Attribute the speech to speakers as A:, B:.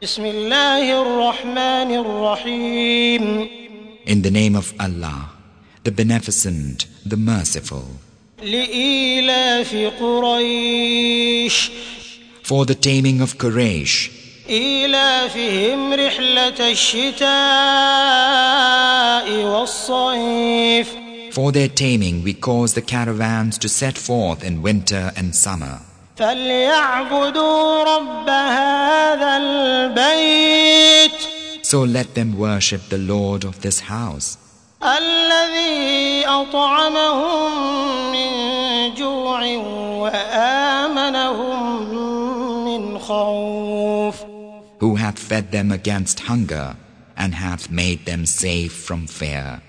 A: بسم الله الرحمن الرحيم
B: In the name of Allah, the Beneficent, the Merciful,
A: لإيلاف قريش
B: for the taming of Quraysh,
A: إيلافهم رحلة الشتاء والصيف
B: for their taming we cause the caravans to set forth in winter and summer.
A: فليعبدوا رب هذا البيت
B: So let them worship the Lord of this house,
A: الذي أطعمهم من جوع وآمنهم من خوف
B: who hath fed them against hunger and hath made them safe from fear.